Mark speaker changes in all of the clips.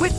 Speaker 1: With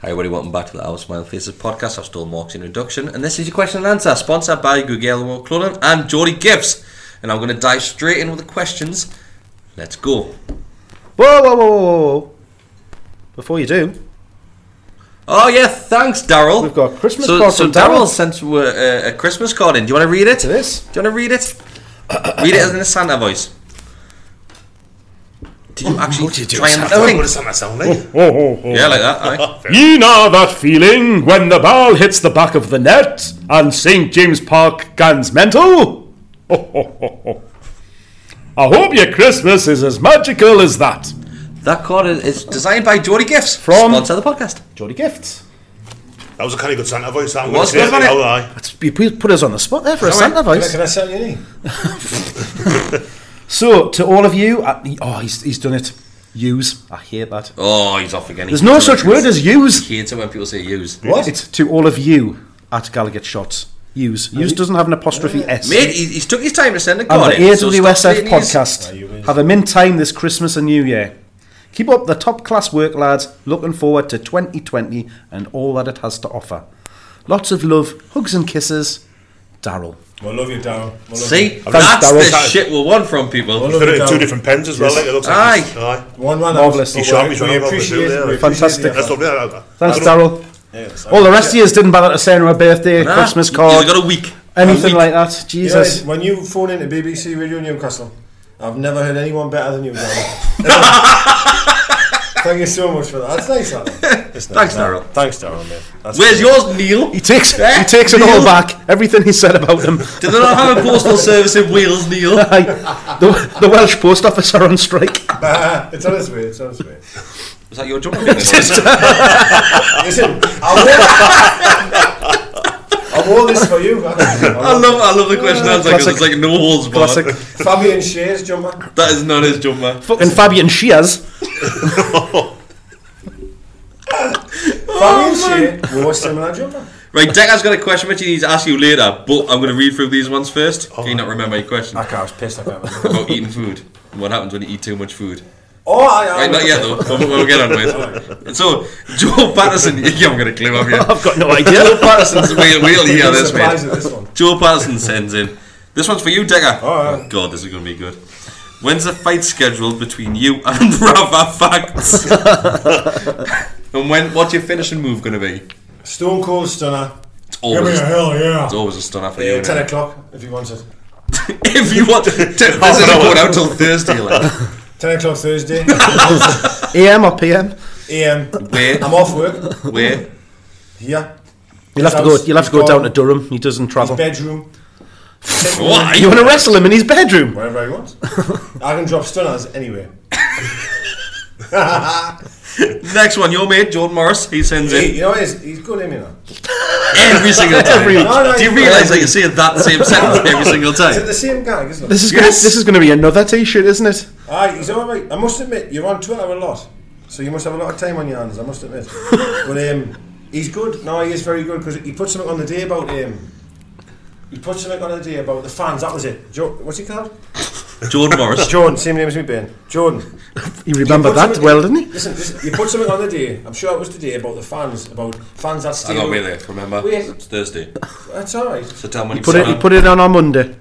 Speaker 2: Hi everybody, welcome back to the Our Smile Faces podcast. I'm still Mark's introduction, and this is your question and answer, sponsored by Guglielmo Clunan and Jody Gibbs. And I'm going to dive straight in with the questions. Let's go.
Speaker 3: Whoa, whoa, whoa, whoa, whoa, whoa. Before you do,
Speaker 2: Oh yeah, thanks, Daryl.
Speaker 3: We've got a Christmas
Speaker 2: so,
Speaker 3: card
Speaker 2: So
Speaker 3: from
Speaker 2: Daryl
Speaker 3: Daryl.
Speaker 2: sent uh, a Christmas card in. Do you want to read it?
Speaker 3: to this.
Speaker 2: Do you want to read it? read it in a Santa voice. Did
Speaker 3: Oh,
Speaker 2: you actually try and Oh, think? Yeah, like that. aye.
Speaker 3: Ye know that feeling when the ball hits the back of the net and St. James Park guns mental? Ho, ho, ho, ho. I hope your Christmas is as magical as that.
Speaker 2: that card is, is designed by Jody Gifts,
Speaker 3: From-
Speaker 2: sponsor of the podcast.
Speaker 3: Jody Gifts.
Speaker 4: That was a kind of good Santa voice. That
Speaker 2: was good, wasn't it?
Speaker 3: You please put us on the spot there for a
Speaker 2: Sorry.
Speaker 3: Santa voice.
Speaker 4: I sell you any?
Speaker 3: So, to all of you, I, oh, he's, he's done it. Use. I hate that.
Speaker 2: Oh, he's off again. He
Speaker 3: There's
Speaker 2: hates
Speaker 3: no
Speaker 2: it.
Speaker 3: such word as use.
Speaker 2: Hates it when people say use.
Speaker 3: It's to all of you at Gallagher Shots. Use. Use doesn't have an apostrophe S.
Speaker 2: Mate, he, he's took his time to send a
Speaker 3: and
Speaker 2: card.
Speaker 3: the
Speaker 2: in, so stop
Speaker 3: AWSF
Speaker 2: saying he's-
Speaker 3: podcast. Have a mint time this Christmas and New Year. Keep up the top class work, lads. Looking forward to 2020 and all that it has to offer. Lots of love, hugs and kisses. Daryl.
Speaker 4: Well, love you, Darren.
Speaker 2: See,
Speaker 4: I've
Speaker 2: that's
Speaker 3: Daryl.
Speaker 2: the
Speaker 3: Daryl.
Speaker 2: shit we want from people.
Speaker 4: He's done it in two different pens as well. Like, it looks
Speaker 2: Aye.
Speaker 4: like aye.
Speaker 5: One man.
Speaker 3: Marvellous.
Speaker 4: He's sharp. He's running about the
Speaker 5: Appreciate
Speaker 4: zoo there.
Speaker 5: it.
Speaker 4: like.
Speaker 3: Fantastic.
Speaker 4: That's lovely. I- I-
Speaker 3: Thanks,
Speaker 4: I don't-
Speaker 3: Daryl. All the rest of yous didn't bother to send her a birthday,
Speaker 2: Nah,
Speaker 3: Christmas
Speaker 2: you-
Speaker 3: card,
Speaker 2: You got a week. a
Speaker 3: anything
Speaker 2: week.
Speaker 3: like that. Jesus.
Speaker 5: Guys, when you phone into BBC Radio Newcastle, I've never heard anyone better than you. Darren. Thank you so much for that. That's nice, Alan.
Speaker 2: Thanks, Daryl.
Speaker 4: Thanks, Darren, mate. That's
Speaker 2: Where's yours, Neil?
Speaker 3: He takes,
Speaker 2: Eh?
Speaker 3: he takes it all back. Everything he said about him.
Speaker 2: Do they not have a postal service in Wales, Neil?
Speaker 3: Aye. the, the Welsh Post Office are on strike.
Speaker 5: it's on its way. It's on its way.
Speaker 2: Was that your jumper? That's
Speaker 5: Listen, I'm all, I'm all this for you. man.
Speaker 2: I love, I love the question and answer because
Speaker 3: Classic.
Speaker 2: it's like no holds barred.
Speaker 3: Classic.
Speaker 5: Fabian Shays, jumper.
Speaker 2: That is not his jumper.
Speaker 3: Fucking Fabian Shears.
Speaker 5: Fabian Shays wore a similar jumper.
Speaker 2: Right, Decker's got a question which he needs to ask you later, but I'm going to read through these ones first. Can you not remember your question
Speaker 5: Okay, Oh. I was pissed. I can't remember.
Speaker 2: about eating food? and What happens when you eat too much food?
Speaker 5: Oh, I am.
Speaker 2: Right, not yet though. We'll, we'll get on with. it. So, Joe Patterson, you haven't got a clue, have you?
Speaker 3: I've got no
Speaker 2: Joe
Speaker 3: idea.
Speaker 2: Patterson's wheel, wheel here,
Speaker 5: I'm
Speaker 2: this
Speaker 5: surprised
Speaker 2: mate.
Speaker 5: at this one.
Speaker 2: Joe Patterson sends in. This one's for you, Digger. Oh, God, this is going to be good. When's the fight scheduled between you and Rafa Facts? and when? What's your finishing move going to be?
Speaker 5: Stone Cold Stunner.
Speaker 2: It's
Speaker 5: Give me
Speaker 2: always,
Speaker 5: a hell yeah.
Speaker 2: it's always a stunner for you.
Speaker 5: Yeah,
Speaker 2: isn't
Speaker 5: Ten
Speaker 2: it?
Speaker 5: o'clock if you want it.
Speaker 2: if you want, to, this isn't going out till Thursday. Like,
Speaker 5: Ten o'clock Thursday.
Speaker 3: AM or PM?
Speaker 5: AM.
Speaker 2: where?
Speaker 5: I'm off work.
Speaker 2: Where?
Speaker 5: Here.
Speaker 3: You'll have to go.
Speaker 5: Sounds-
Speaker 3: You'll have to go
Speaker 5: he's
Speaker 3: down to
Speaker 5: gone.
Speaker 3: Durham. He doesn't travel.
Speaker 5: Bedroom.
Speaker 2: Why?
Speaker 3: You want to wrestle him in his bedroom?
Speaker 5: Wherever I want. I can drop stunners anywhere.
Speaker 2: Next one, your mate Jordan Morris. He sends
Speaker 5: He,
Speaker 2: in
Speaker 5: you know what it is? He's good at me now.
Speaker 2: every single time.
Speaker 3: Every-
Speaker 5: No, no,
Speaker 2: Do you
Speaker 5: he's-
Speaker 2: realise that you say that same sentence every single
Speaker 5: Is it
Speaker 2: time?
Speaker 5: the same gang, isn't it?
Speaker 3: This is gonna,
Speaker 2: Yes.
Speaker 3: this is going to be another T-shirt, isn't it?
Speaker 5: Aye, he's alright. I must admit, you're on Twitter a lot. So you must have a lot of time on your hands, I must admit. but um, he's good. No, he is very good because he put something on the day about um, he put something on the day about the fans. That was it. Jo- what's he called?
Speaker 2: Jordan Morris.
Speaker 5: Jordan, same name as me, Ben. Jordan.
Speaker 3: He remembered
Speaker 5: put
Speaker 3: that
Speaker 5: something-
Speaker 3: well, didn't he?
Speaker 5: Listen, listen, you put something on the day. I'm sure it was today about the fans, about fans that
Speaker 2: I
Speaker 5: stayed.
Speaker 2: got away there, remember?
Speaker 5: Wait.
Speaker 2: It's Thursday.
Speaker 5: That's all right.
Speaker 2: So tell me
Speaker 3: He put it. He put it on on Monday.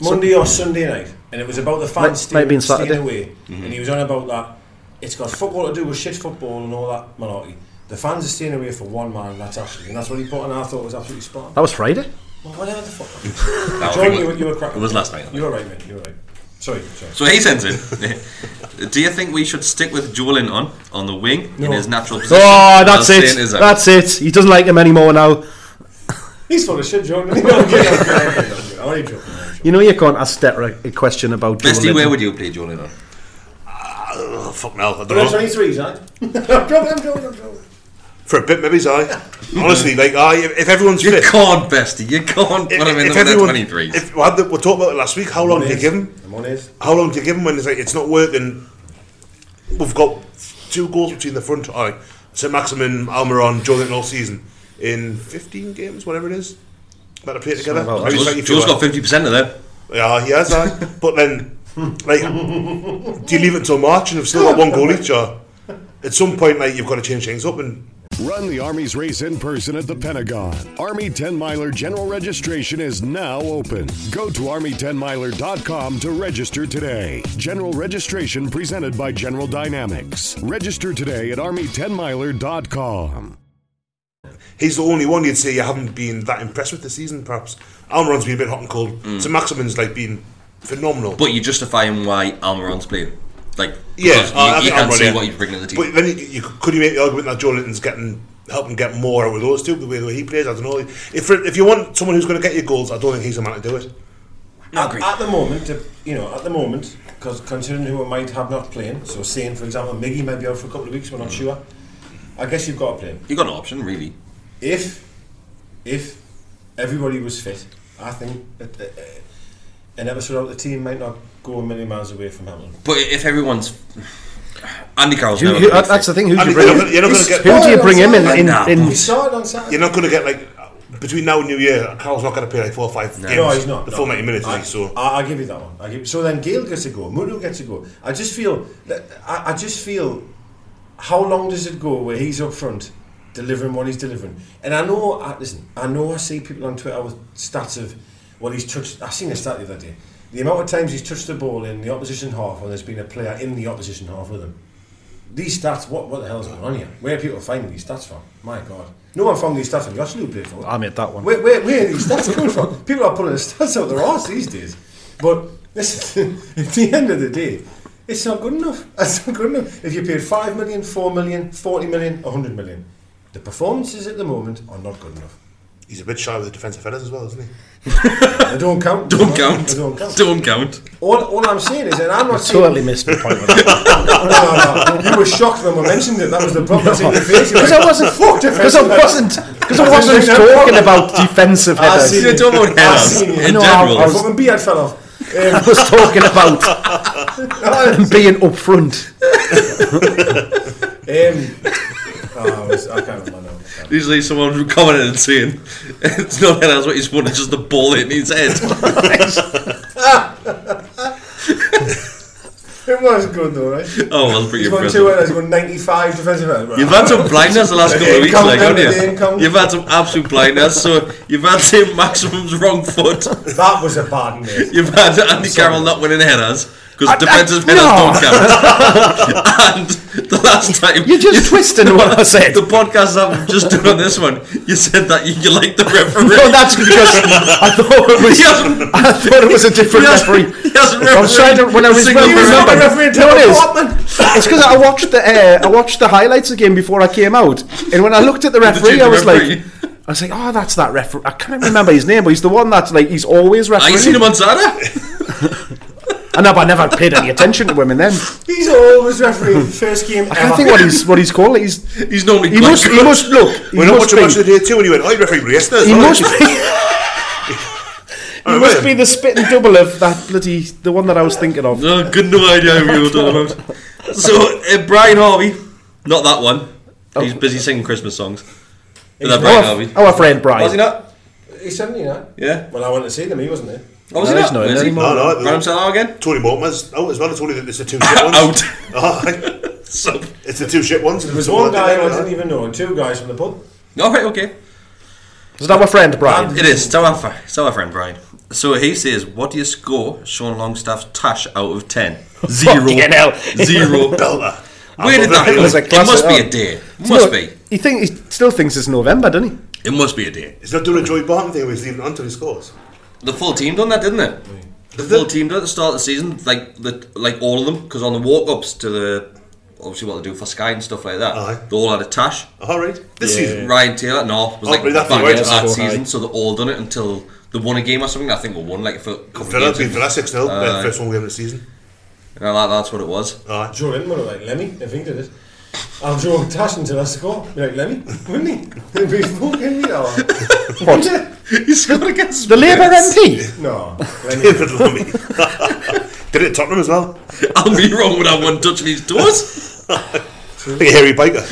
Speaker 5: Monday or Sunday night, and it was about the
Speaker 3: Might-
Speaker 5: fans
Speaker 3: might
Speaker 5: staying,
Speaker 3: have been
Speaker 5: staying
Speaker 3: Saturday.
Speaker 5: away,
Speaker 2: Mm-hmm.
Speaker 5: and he was on about that. It's got football to do with shit football and all that malarkey. The fans are staying away for one man. That's actually, and that's what he put on. I thought was absolutely spot. on.
Speaker 3: That was Friday.
Speaker 5: Well, whatever the fuck.
Speaker 2: No, I
Speaker 5: John,
Speaker 2: think
Speaker 5: you,
Speaker 2: it-
Speaker 5: were- you were cracking.
Speaker 2: It was last night. I think.
Speaker 5: You were right, mate. You were right. Sorry, sorry.
Speaker 2: So he sends in. Do you think we should stick with Joelin on on the wing in his natural position?
Speaker 3: Oh,
Speaker 2: while
Speaker 3: that's
Speaker 2: Sane
Speaker 3: it.
Speaker 2: is out?
Speaker 3: That's it. He doesn't like him anymore now.
Speaker 5: He's full of shit, John. I'm joking. I'm only joking.
Speaker 3: You know you can't ask Stetra a question about. Joe
Speaker 2: Bestie, where
Speaker 3: Linton.
Speaker 2: would you play Joelin on?
Speaker 6: Oh, fuck no, I
Speaker 5: But
Speaker 6: don't know.
Speaker 5: 23, Zan. I'm joking. I'm joking. I'm joking.
Speaker 6: For a bit, maybe he's aye. Honestly, like aye, if, if everyone's
Speaker 2: You
Speaker 6: fit,
Speaker 2: can't, Bestie. You can't
Speaker 6: if,
Speaker 2: put him in
Speaker 6: if
Speaker 2: the
Speaker 6: everyone,
Speaker 2: 23s.
Speaker 6: if, well, we talked about it last week. How long do you give him?
Speaker 5: The money's.
Speaker 6: How long do you give him when it's like it's not working? We've got two goals between the front. All right, St Maximin, Almiron, Joe Linton all season in 15 games, whatever it is. Better play together. Maybe
Speaker 2: Joel's
Speaker 6: 22,
Speaker 2: Joel's
Speaker 6: aye.
Speaker 2: got 50% of that.
Speaker 6: Yeah, he has. aye. but then, like, do you leave it until March and you've still got one goal each? Or at some point, like, you've got to change things up. And
Speaker 7: Run the Army's race in person at the Pentagon. Army 10 Miler general registration is now open. Go to Army10miler.com to register today. General registration presented by General Dynamics. Register today at Army10miler.com.
Speaker 6: he's the only one you'd say you haven't been that impressed with this season, perhaps. Almiron's been a bit hot and cold. So Maximin's, like, been phenomenal.
Speaker 2: But you justify him why Almiron's playing. Like,
Speaker 6: Yeah,
Speaker 2: because
Speaker 6: I- I
Speaker 2: you, you
Speaker 6: think
Speaker 2: can't
Speaker 6: I'm
Speaker 2: see
Speaker 6: right,
Speaker 2: what
Speaker 6: yeah.
Speaker 2: he's bringing to the
Speaker 6: But
Speaker 2: team.
Speaker 6: then you, you, could you make the argument that Joe Linton's getting helping get more out of those two the way, the way he plays? I don't know. If if you want someone who's going to get your goals, I don't think he's the man to do it.
Speaker 5: At, at the moment, uh, you know, at the moment, because considering who I might have not playing, so saying, for example, Miggy might be out for a couple of weeks, we're not sure. I guess you've got to play him.
Speaker 2: you got an option, really.
Speaker 5: If, if everybody was fit, I think that, uh, uh, an episode out the team might not go a million miles away from Hamilton.
Speaker 2: But if everyone's. Andy Carroll's
Speaker 3: Who-
Speaker 2: never
Speaker 3: who-
Speaker 2: played
Speaker 3: that- that's the thing. Who do
Speaker 6: And
Speaker 3: you
Speaker 6: you're
Speaker 3: bring?
Speaker 6: not gonna- you're not gonna
Speaker 3: Who
Speaker 6: get-
Speaker 3: do you bring him in? in,
Speaker 2: Nah.
Speaker 3: in
Speaker 5: We saw it on Saturday.
Speaker 6: You're not going to get like between now and New Year. Carl's not going to play like four or five games.
Speaker 5: No, he's not.
Speaker 6: The
Speaker 5: no.
Speaker 6: full ninety minutes,
Speaker 5: I,
Speaker 6: like, so.
Speaker 5: I, I'll give you that one. I give, so then Gail gets a go. Muru gets a go. I just feel that I, I just feel how long does it go where he's up front delivering what he's delivering? And I know, I, listen, I know I see people on Twitter with stats of what he's touched. I seen a stat the other day. The amount of times he's touched the ball in the opposition half when there's been a player in the opposition half with him. These stats, what, what the hell's going on here? Where are people finding these stats from? My God. No one found these stats from Yoshino played for.
Speaker 3: I made that one.
Speaker 5: Where, where, where are these stats coming from? People are pulling the stats out their arse these days. But listen, at the end of the day, it's not good enough. It's not good enough. If you paid 5 million, 4 million, 40 million, 100 million, the performances at the moment are not good enough.
Speaker 6: He's a bit shy with the defensive headers as well, isn't he?
Speaker 5: They don't count.
Speaker 2: Don't count.
Speaker 5: They don't count.
Speaker 2: Don't count.
Speaker 5: All, all I'm saying is, and I'm not saying.
Speaker 3: totally missed the point. With that.
Speaker 5: No, no, no. You were shocked when we mentioned it. That was the problem. No.
Speaker 3: Because I wasn't.
Speaker 5: Fuck
Speaker 3: Because I
Speaker 5: defensive
Speaker 3: wasn't. Because I
Speaker 5: I
Speaker 3: wasn't
Speaker 5: think that-
Speaker 3: talking about defensive
Speaker 5: I
Speaker 3: headers.
Speaker 5: see
Speaker 2: You're talking about headers
Speaker 5: seen it.
Speaker 2: in
Speaker 3: No, I-
Speaker 2: general.
Speaker 3: I
Speaker 5: My fucking beard fell off. Um,
Speaker 3: I was talking about being up front.
Speaker 5: Um, oh, I, was, I can't remember. now. I can't.
Speaker 2: Usually someone who commented and saying, it's not that that's what he's wanted, just the ball hitting his head.
Speaker 5: It was good though, right? He's
Speaker 2: oh, well, pretty
Speaker 5: got
Speaker 2: impressive.
Speaker 5: two winners, he's got 95 defensive errors.
Speaker 2: You've had some blindness the last couple of weeks,
Speaker 5: Income,
Speaker 2: like, haven't
Speaker 5: everything income.
Speaker 2: you? You've had some absolute blindness. So you've had Tim Maximum's wrong foot.
Speaker 5: That was a bad mate.
Speaker 2: You've had Andy Carroll not winning headers because
Speaker 3: I-
Speaker 2: defensive
Speaker 3: I-
Speaker 2: headers
Speaker 3: no.
Speaker 2: don't count. and the last time
Speaker 3: You're just twisting what I said.
Speaker 2: the podcast I've just done on this one, you said that you, you like the referee.
Speaker 3: No, that's because I thought it was.
Speaker 2: He hasn't-
Speaker 3: I thought it was a
Speaker 2: He
Speaker 3: different
Speaker 2: hasn't- he
Speaker 3: referee.
Speaker 2: hasn't
Speaker 3: I was trying to when I
Speaker 2: refereed a single
Speaker 3: was remembering-
Speaker 2: referee. Referee
Speaker 3: remembering- No, it is.
Speaker 5: Portman.
Speaker 3: It's because I watched the uh, I watched the highlights of the game before I came out, and when I looked at the
Speaker 2: change
Speaker 3: referee, I
Speaker 2: the
Speaker 3: was
Speaker 2: referee.
Speaker 3: like, I was like, oh, that's that referee. I can't remember his name, but he's the one that's like he's always
Speaker 2: I
Speaker 3: refereeing.
Speaker 2: ain't seen him on Saturday.
Speaker 3: I know, but I never paid any attention to him. And then
Speaker 5: He's always referee first game
Speaker 3: I can't
Speaker 5: ever.
Speaker 3: think what he's what he's called. He's
Speaker 2: He's normally
Speaker 3: he
Speaker 2: quite
Speaker 3: must he
Speaker 2: good.
Speaker 3: must look. He
Speaker 6: We're not
Speaker 3: must
Speaker 6: watching much
Speaker 3: be,
Speaker 6: of the day too, and he went, "I referee yesterday." as
Speaker 3: he
Speaker 6: well."
Speaker 3: must be.
Speaker 6: Oh,
Speaker 2: Oh,
Speaker 3: He must be the spitting double of that bloody the one that I was thinking of.
Speaker 2: No, good no idea who you were talking about. So uh, Brian Harvey Not that one. He's busy singing Christmas songs. Is
Speaker 5: He's-
Speaker 2: that
Speaker 3: Oh,
Speaker 2: Brian
Speaker 5: Our-
Speaker 2: Harvey?
Speaker 3: our friend Brian.
Speaker 2: Was he not?
Speaker 5: He's 79.
Speaker 2: Yeah.
Speaker 5: Well, I went to see them. He wasn't there.
Speaker 2: Oh, was he not? Was he?
Speaker 6: No, no.
Speaker 2: Ran himself out again?
Speaker 6: Tony Mortimer's out as well. It's only that it's the two shit ones. out. so, it's the two shit ones.
Speaker 5: There was one guy who I didn't even know, and two guys from the pub.
Speaker 2: No, right, okay.
Speaker 3: Is that my friend, Brian?
Speaker 2: Um, It is. It's our, fr- it's our friend Brian. So he says, "What do you score Sean Longstaff's tash out of 10? Zero.
Speaker 3: Fucking hell.
Speaker 2: Zero.
Speaker 3: Belter.
Speaker 2: Where did that
Speaker 3: It
Speaker 2: go?
Speaker 3: was a
Speaker 2: It
Speaker 3: classic-
Speaker 2: must be a
Speaker 3: oh.
Speaker 2: day.
Speaker 3: It's
Speaker 2: Must
Speaker 3: not-
Speaker 2: be.
Speaker 3: He think he still thinks it's November, doesn't he?
Speaker 2: It must be a day.
Speaker 6: He's not doing a Joey Barton thing. where He's leaving it until he scores.
Speaker 2: The full team done that, didn't it? The full team done it at the start of the season, like the, like all of them, because on the walk ups to the obviously what they do for Sky and stuff like that, they all had a tash.
Speaker 6: All right, this
Speaker 2: Yeah.
Speaker 6: season.
Speaker 2: Ryan Taylor, no, was
Speaker 6: Oh,
Speaker 2: like
Speaker 6: but that's
Speaker 2: back
Speaker 6: the way
Speaker 2: end of
Speaker 6: to
Speaker 2: that
Speaker 6: score,
Speaker 2: season,
Speaker 6: aye.
Speaker 2: so they all done it until they won a game or something. I think they won like for a couple
Speaker 6: Villa
Speaker 2: of
Speaker 6: beat
Speaker 2: games.
Speaker 6: Villa 6-0, their
Speaker 2: Aye.
Speaker 6: first home game of the season. Oh.
Speaker 2: Yeah, that, that's what it was.
Speaker 5: Joe Linton would have like Lemmy if he did it. I'll draw a tash until I score. Be like Lemmy, wouldn't he? He'd be fucking me now.
Speaker 3: What?
Speaker 2: He's scored against
Speaker 3: The Labour MP?
Speaker 5: No.
Speaker 6: David Lummy. Did it at Tottenham as well.
Speaker 2: I'll be wrong when I won touching his doors.
Speaker 6: Like a hairy biker.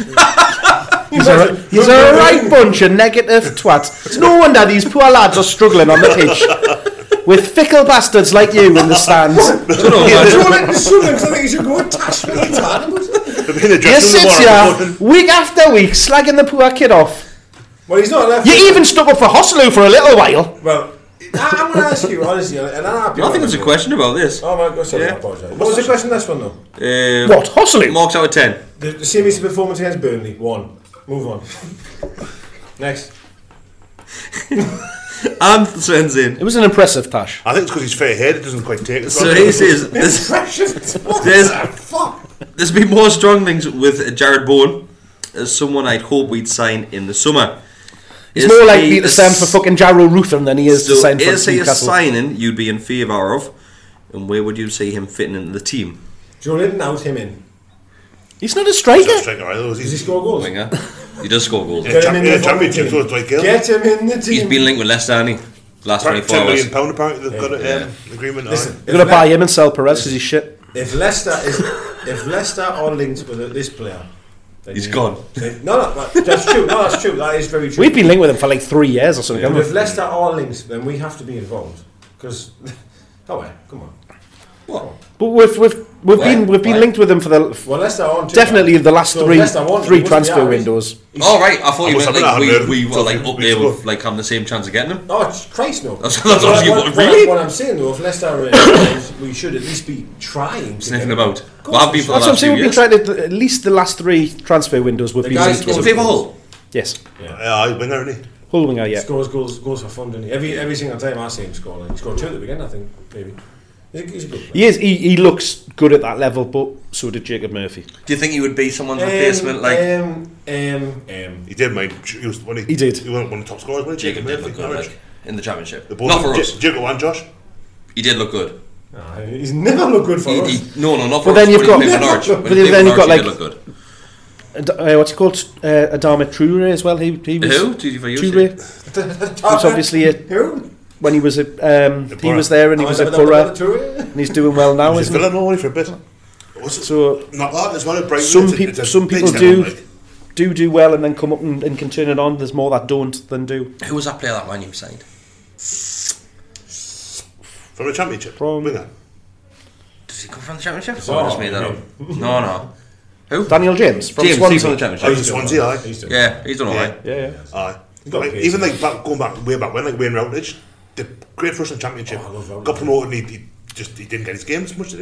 Speaker 3: He's a, he's a right bunch of negative twats. It's no wonder these poor lads are struggling on the pitch with fickle bastards like you in the stands.
Speaker 5: Joe Linton's struggling 'cause I think he should go a tash for the time.
Speaker 3: You sit here week after week slagging the poor kid off.
Speaker 5: Well, he's not left.
Speaker 3: You even stuck up for Hosselu for a little while.
Speaker 5: Well, I, I'm going to ask you, honestly, and I'm happy.
Speaker 2: I think there's a question about this.
Speaker 5: Oh my god, sorry, I
Speaker 2: Yeah.
Speaker 5: apologise. What was the question this one, though?
Speaker 2: Uh,
Speaker 3: What,
Speaker 6: Oh.
Speaker 3: Hosselu?
Speaker 2: Marks out of 10.
Speaker 5: The, the series of performance against Burnley, one. Move on. Next.
Speaker 2: And sends in.
Speaker 3: It was an impressive tash.
Speaker 6: I think it's because he's fair haired, it doesn't quite take it.
Speaker 2: So he says this,
Speaker 5: Precious. What
Speaker 2: There's-
Speaker 5: the fuck?
Speaker 2: there's been more strong things with Jared Bowen as someone I'd hope we'd sign in the summer.
Speaker 3: It's
Speaker 2: Is
Speaker 3: more like
Speaker 2: he
Speaker 3: me
Speaker 2: a
Speaker 3: to sign for fucking Jarrell Ruthven than he is
Speaker 2: So
Speaker 3: to sign for
Speaker 2: is he a
Speaker 3: Newcastle.
Speaker 2: signing you'd be in favour of, and where would you see him fitting into the team?
Speaker 5: Joe Linton out him in.
Speaker 3: He's not a striker.
Speaker 6: striker either, was he?
Speaker 5: Does he score goals?
Speaker 2: Winger. He does score goals.
Speaker 6: Yeah,
Speaker 5: him
Speaker 6: champ-
Speaker 5: in
Speaker 6: yeah,
Speaker 5: the
Speaker 6: championship,
Speaker 5: fucking
Speaker 6: so it's like Gale.
Speaker 5: Get him in the team.
Speaker 2: He's been linked with Leicester, hasn't he? Last 24
Speaker 6: 10
Speaker 2: hours.
Speaker 6: million pound apparently they've got an um, agreement
Speaker 5: Listen,
Speaker 6: on.
Speaker 3: You're going
Speaker 5: if
Speaker 3: to buy
Speaker 5: Le-
Speaker 3: him and sell Perez because he's shit.
Speaker 5: If Leicester is, if Leicester are linked with this player, then
Speaker 2: He's
Speaker 5: you-
Speaker 2: gone.
Speaker 5: then- no, no, that- that's true. No, that's true. That is very true.
Speaker 3: We've been linked with him for like three years or something.
Speaker 5: But
Speaker 3: haven't
Speaker 5: if
Speaker 3: we?
Speaker 5: Leicester are linked, then we have to be involved because. Oh well, come on.
Speaker 2: What?
Speaker 3: But we've we've we've
Speaker 2: Why?
Speaker 3: been we've been
Speaker 2: Why?
Speaker 3: linked with him for the
Speaker 5: Well, Leicester aren't too
Speaker 3: definitely
Speaker 5: bad.
Speaker 3: the last
Speaker 5: So if
Speaker 3: three
Speaker 5: Leicester want him,
Speaker 3: three
Speaker 5: he wouldn't be
Speaker 3: transfer
Speaker 5: ours.
Speaker 3: windows.
Speaker 2: All Oh, right, I thought
Speaker 6: I
Speaker 2: you
Speaker 6: must
Speaker 2: meant
Speaker 6: have
Speaker 2: like
Speaker 6: been
Speaker 2: we,
Speaker 6: out
Speaker 2: we
Speaker 6: there.
Speaker 2: were like up there
Speaker 6: Sorry.
Speaker 2: with like having the same chance of getting him.
Speaker 5: Oh ch- Christ, no!
Speaker 2: That's- that's what you-
Speaker 5: what,
Speaker 2: really?
Speaker 5: what I'm saying though, if Leicester are involved, we should at least be trying. to
Speaker 2: Sniffing
Speaker 5: get-
Speaker 2: about.
Speaker 5: Of course
Speaker 2: Well, I've
Speaker 5: we
Speaker 2: been
Speaker 5: should.
Speaker 2: for the
Speaker 3: That's what I'm
Speaker 2: last
Speaker 3: saying.
Speaker 2: few
Speaker 3: We've been
Speaker 2: years.
Speaker 3: trying to at least the last three transfer windows we've
Speaker 5: The
Speaker 3: been
Speaker 5: guy
Speaker 3: linked
Speaker 5: scores
Speaker 2: Is it
Speaker 3: with.
Speaker 5: goals.
Speaker 2: Paper Hall?
Speaker 3: Yes,
Speaker 6: Yeah, aye, winger, isn't he?
Speaker 3: Hull winger, yeah.
Speaker 5: Scores goals goals for fun, doesn't he? Every every single time I see him score, like, he scored two at the weekend, I think maybe. He's a, he's a good. player.
Speaker 3: He is. He, he looks good at that level, but so did Jacob Murphy.
Speaker 2: Do you think he would be someone's replacement like
Speaker 5: um, um, um,
Speaker 6: He did, mate. He, was, when he,
Speaker 3: He did.
Speaker 6: He was one of the top scorers, wasn't he?
Speaker 2: Jacob did look
Speaker 6: Murphy,
Speaker 2: good
Speaker 6: Norwich.
Speaker 2: like, in the championship?
Speaker 6: The both
Speaker 2: Not for
Speaker 6: J-
Speaker 2: us.
Speaker 6: Jacob and Josh.
Speaker 2: He did look good.
Speaker 5: nah, he's never looked good for
Speaker 2: He,
Speaker 5: us.
Speaker 2: he, no, no, not for
Speaker 3: But then
Speaker 2: us,
Speaker 3: you've
Speaker 2: when
Speaker 3: got-
Speaker 2: he played for Norwich. When
Speaker 3: but
Speaker 2: he played
Speaker 3: then
Speaker 2: for
Speaker 3: you've got,
Speaker 2: Norwich, he
Speaker 3: like-
Speaker 2: did look good.
Speaker 3: And, uh, what's he called? Uh, Adama Traore as well. He, he was
Speaker 2: Who? Did you- for you
Speaker 3: Traore. It's obviously a,
Speaker 5: Who?
Speaker 3: when he was a, um, he
Speaker 6: Borough.
Speaker 3: was there and
Speaker 5: Oh,
Speaker 3: he was at Borough and he's doing well now,
Speaker 6: He's
Speaker 3: isn't
Speaker 6: Villa
Speaker 3: he?
Speaker 6: normally for a bit. Was it?
Speaker 3: So
Speaker 6: Not that as well at Brighton.
Speaker 3: some
Speaker 6: it's a- it's
Speaker 3: people
Speaker 6: a
Speaker 3: some
Speaker 6: big
Speaker 3: people
Speaker 6: step
Speaker 3: do
Speaker 6: up, like.
Speaker 3: do do well and then come up and, and can turn it on. There's more that don't than do.
Speaker 2: Who was that player that man you signed?
Speaker 6: From the championship.
Speaker 3: From-
Speaker 6: Winger.
Speaker 2: Does he come from the championship? Oh, I just made that up. No, no. Who?
Speaker 3: Daniel James from
Speaker 2: James,
Speaker 3: Swansea.
Speaker 2: he's from the
Speaker 6: Oh,
Speaker 2: championship.
Speaker 6: he's Swansea, aye.
Speaker 5: He's doing
Speaker 2: Yeah, he's done alright.
Speaker 3: yeah, yeah.
Speaker 6: Aye.
Speaker 5: got
Speaker 6: Like,
Speaker 5: pace. Oh,
Speaker 6: even like back, going back way back when, like Wayne Routledge, the great first in championship,
Speaker 5: Oh, I love Routledge.
Speaker 6: got promoted and he, he just he didn't get his games much, did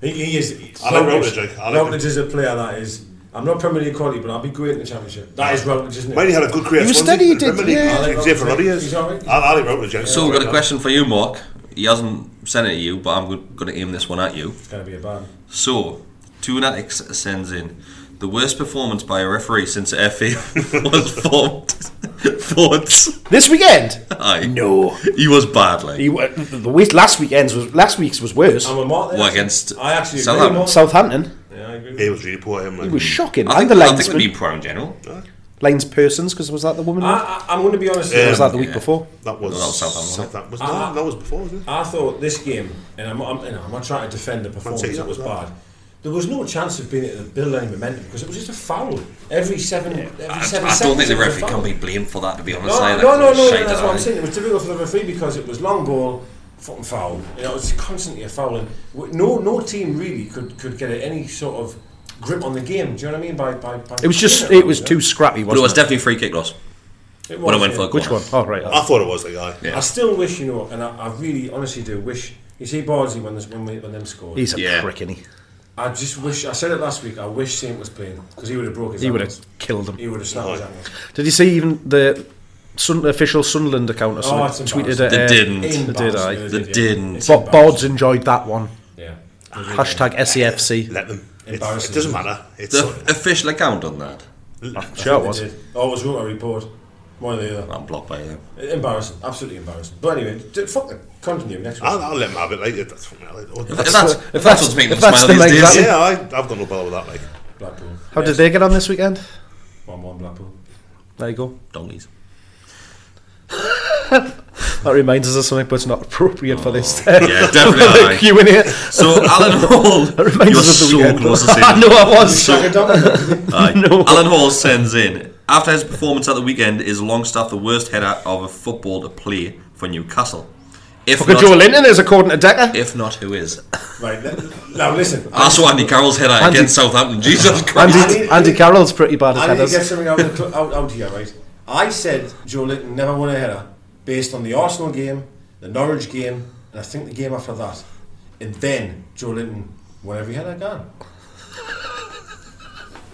Speaker 6: he?
Speaker 5: He, he is.
Speaker 6: I like Routledge, like, I like
Speaker 5: Routledge is a player that is. I'm not Premier League quality, but I'll be great in the Championship. That is Routledge, isn't it?
Speaker 6: Mine he had a good career.
Speaker 3: He
Speaker 6: at
Speaker 3: was
Speaker 6: Swansea,
Speaker 3: steady, he
Speaker 6: in the
Speaker 3: did,
Speaker 6: Premier League.
Speaker 3: yeah.
Speaker 6: He was there for a lot of years.
Speaker 5: He's all right.
Speaker 6: I, I like Routledge. Yeah.
Speaker 2: So we've got a question for you, Mark. He hasn't sent it to you, but I'm going to aim this one at you.
Speaker 5: It's going to be a bad.
Speaker 2: So, Tunatix sends in the worst performance by a referee since the FA was formed. Thoughts?
Speaker 3: This weekend,
Speaker 2: Aye.
Speaker 3: No.
Speaker 2: He was bad, like.
Speaker 3: he, wa- the week, last weekend's was last week's was worse.
Speaker 5: I'm a Martin.
Speaker 2: Well, against
Speaker 5: I actually
Speaker 2: Southampton.
Speaker 5: agree. Martin.
Speaker 3: Southampton,
Speaker 5: Yeah, I agree.
Speaker 6: He was really poor. Him, like.
Speaker 3: he was shocking.
Speaker 2: I think,
Speaker 3: and the
Speaker 2: I think it'd
Speaker 3: linesman,
Speaker 2: be poor in general. No,
Speaker 3: lines persons because was that the woman?
Speaker 5: I, I, I'm going to be honest.
Speaker 3: Or was
Speaker 5: with you.
Speaker 3: that the week before?
Speaker 6: That was
Speaker 2: that was Southampton.
Speaker 6: That was no, that was before, wasn't it?
Speaker 5: I thought this game, and I'm, I'm, you know, I'm not trying to defend the performance.
Speaker 6: City,
Speaker 5: It was
Speaker 6: that was
Speaker 5: bad. There was no chance of being able to build any momentum because it was just a foul. Every seven, every
Speaker 2: I,
Speaker 5: seven
Speaker 2: I don't
Speaker 5: seconds
Speaker 2: think the
Speaker 5: it was a
Speaker 2: referee
Speaker 5: foul.
Speaker 2: can be blamed for that, to be honest.
Speaker 5: No,
Speaker 2: eh,
Speaker 5: no,
Speaker 2: that
Speaker 5: no,
Speaker 2: was
Speaker 5: no, no,
Speaker 2: shite,
Speaker 5: That's what
Speaker 2: eh?
Speaker 5: I'm saying. It was difficult for the referee because it was long ball, fucking foul. You know, it's constantly a foul, and w- no, no team really could could get any sort of grip on the game. Do you know what I mean? By by, by
Speaker 3: It was just,
Speaker 5: Yeah.
Speaker 3: it was too scrappy,
Speaker 2: But it
Speaker 3: wasn't
Speaker 2: was definitely free kick loss.
Speaker 5: It
Speaker 2: when I
Speaker 5: was,
Speaker 2: went
Speaker 5: yeah.
Speaker 2: for the
Speaker 5: Which
Speaker 2: corner.
Speaker 3: one? Oh, right.
Speaker 6: I thought it was the guy.
Speaker 2: Yeah.
Speaker 5: I still wish, you know, and I, I really, honestly do wish. You see, Barnsley when there's- when we, when them scored.
Speaker 3: He's a prick, isn't he?
Speaker 5: I just wish. I said it last week. I wish Saint was playing because he would have broke his.
Speaker 3: He would
Speaker 5: ankles.
Speaker 3: have killed him.
Speaker 5: He would have snapped his ankles.
Speaker 3: Did you see even the Sun, official Sunderland account or
Speaker 5: Oh,
Speaker 3: something
Speaker 5: it's
Speaker 3: tweeted
Speaker 5: embarrassing.
Speaker 3: it?
Speaker 5: They
Speaker 3: uh,
Speaker 5: didn't.
Speaker 3: They did, aye.
Speaker 5: Embarrassing, they They did, yeah. didn't.
Speaker 3: didn't. But Boards enjoyed that one.
Speaker 5: Yeah.
Speaker 3: Hashtag E SEFC.
Speaker 6: Let them. It,
Speaker 5: Embarrassing.
Speaker 6: it doesn't matter. It's
Speaker 2: The official account on that.
Speaker 5: I think they did. Oh, it was Rotary Board. One or the other.
Speaker 2: I'm blocked by them.
Speaker 5: Embarrassing. Absolutely embarrassing. But anyway, d- fuck them. Continue. Next one.
Speaker 6: I'll, I'll let him have it. Like, if that's, if
Speaker 2: that's- that's- if that's what's making them if that's smile the these main days.
Speaker 6: yeah, I,
Speaker 2: example.
Speaker 6: I've got no bother with that. Like
Speaker 5: Blackpool.
Speaker 3: How did they get on this weekend?
Speaker 5: One-one Blackpool.
Speaker 3: There you go.
Speaker 2: Donkeys.
Speaker 3: That reminds us of something, but it's not appropriate for this.
Speaker 2: Yeah, definitely not, aye.
Speaker 3: like you in here.
Speaker 2: So, Alan Hall,
Speaker 3: that reminds
Speaker 2: you're
Speaker 3: us of the
Speaker 2: so
Speaker 3: weekend.
Speaker 2: close to saying
Speaker 3: I
Speaker 2: it.
Speaker 3: know I was.
Speaker 2: Aye.
Speaker 3: No.
Speaker 2: Alan Hall sends in. After his performance at the weekend, is Longstaff the worst header of a football to play for Newcastle? If
Speaker 3: Fucking Joe Linton is, according to Decker.
Speaker 2: If not, who is?
Speaker 5: Right. Then, now listen.
Speaker 2: I saw Andy Carroll's header
Speaker 3: Andy-
Speaker 2: against Southampton. Jesus Christ.
Speaker 3: Andy, Andy Carroll's pretty bad at
Speaker 5: I need to get
Speaker 3: headers.
Speaker 5: something out, of the cl- out, out here, right? I said Joe Linton never won a header based on the Arsenal game, the Norwich game, and I think the game after that. And then Joe Linton won every header gone.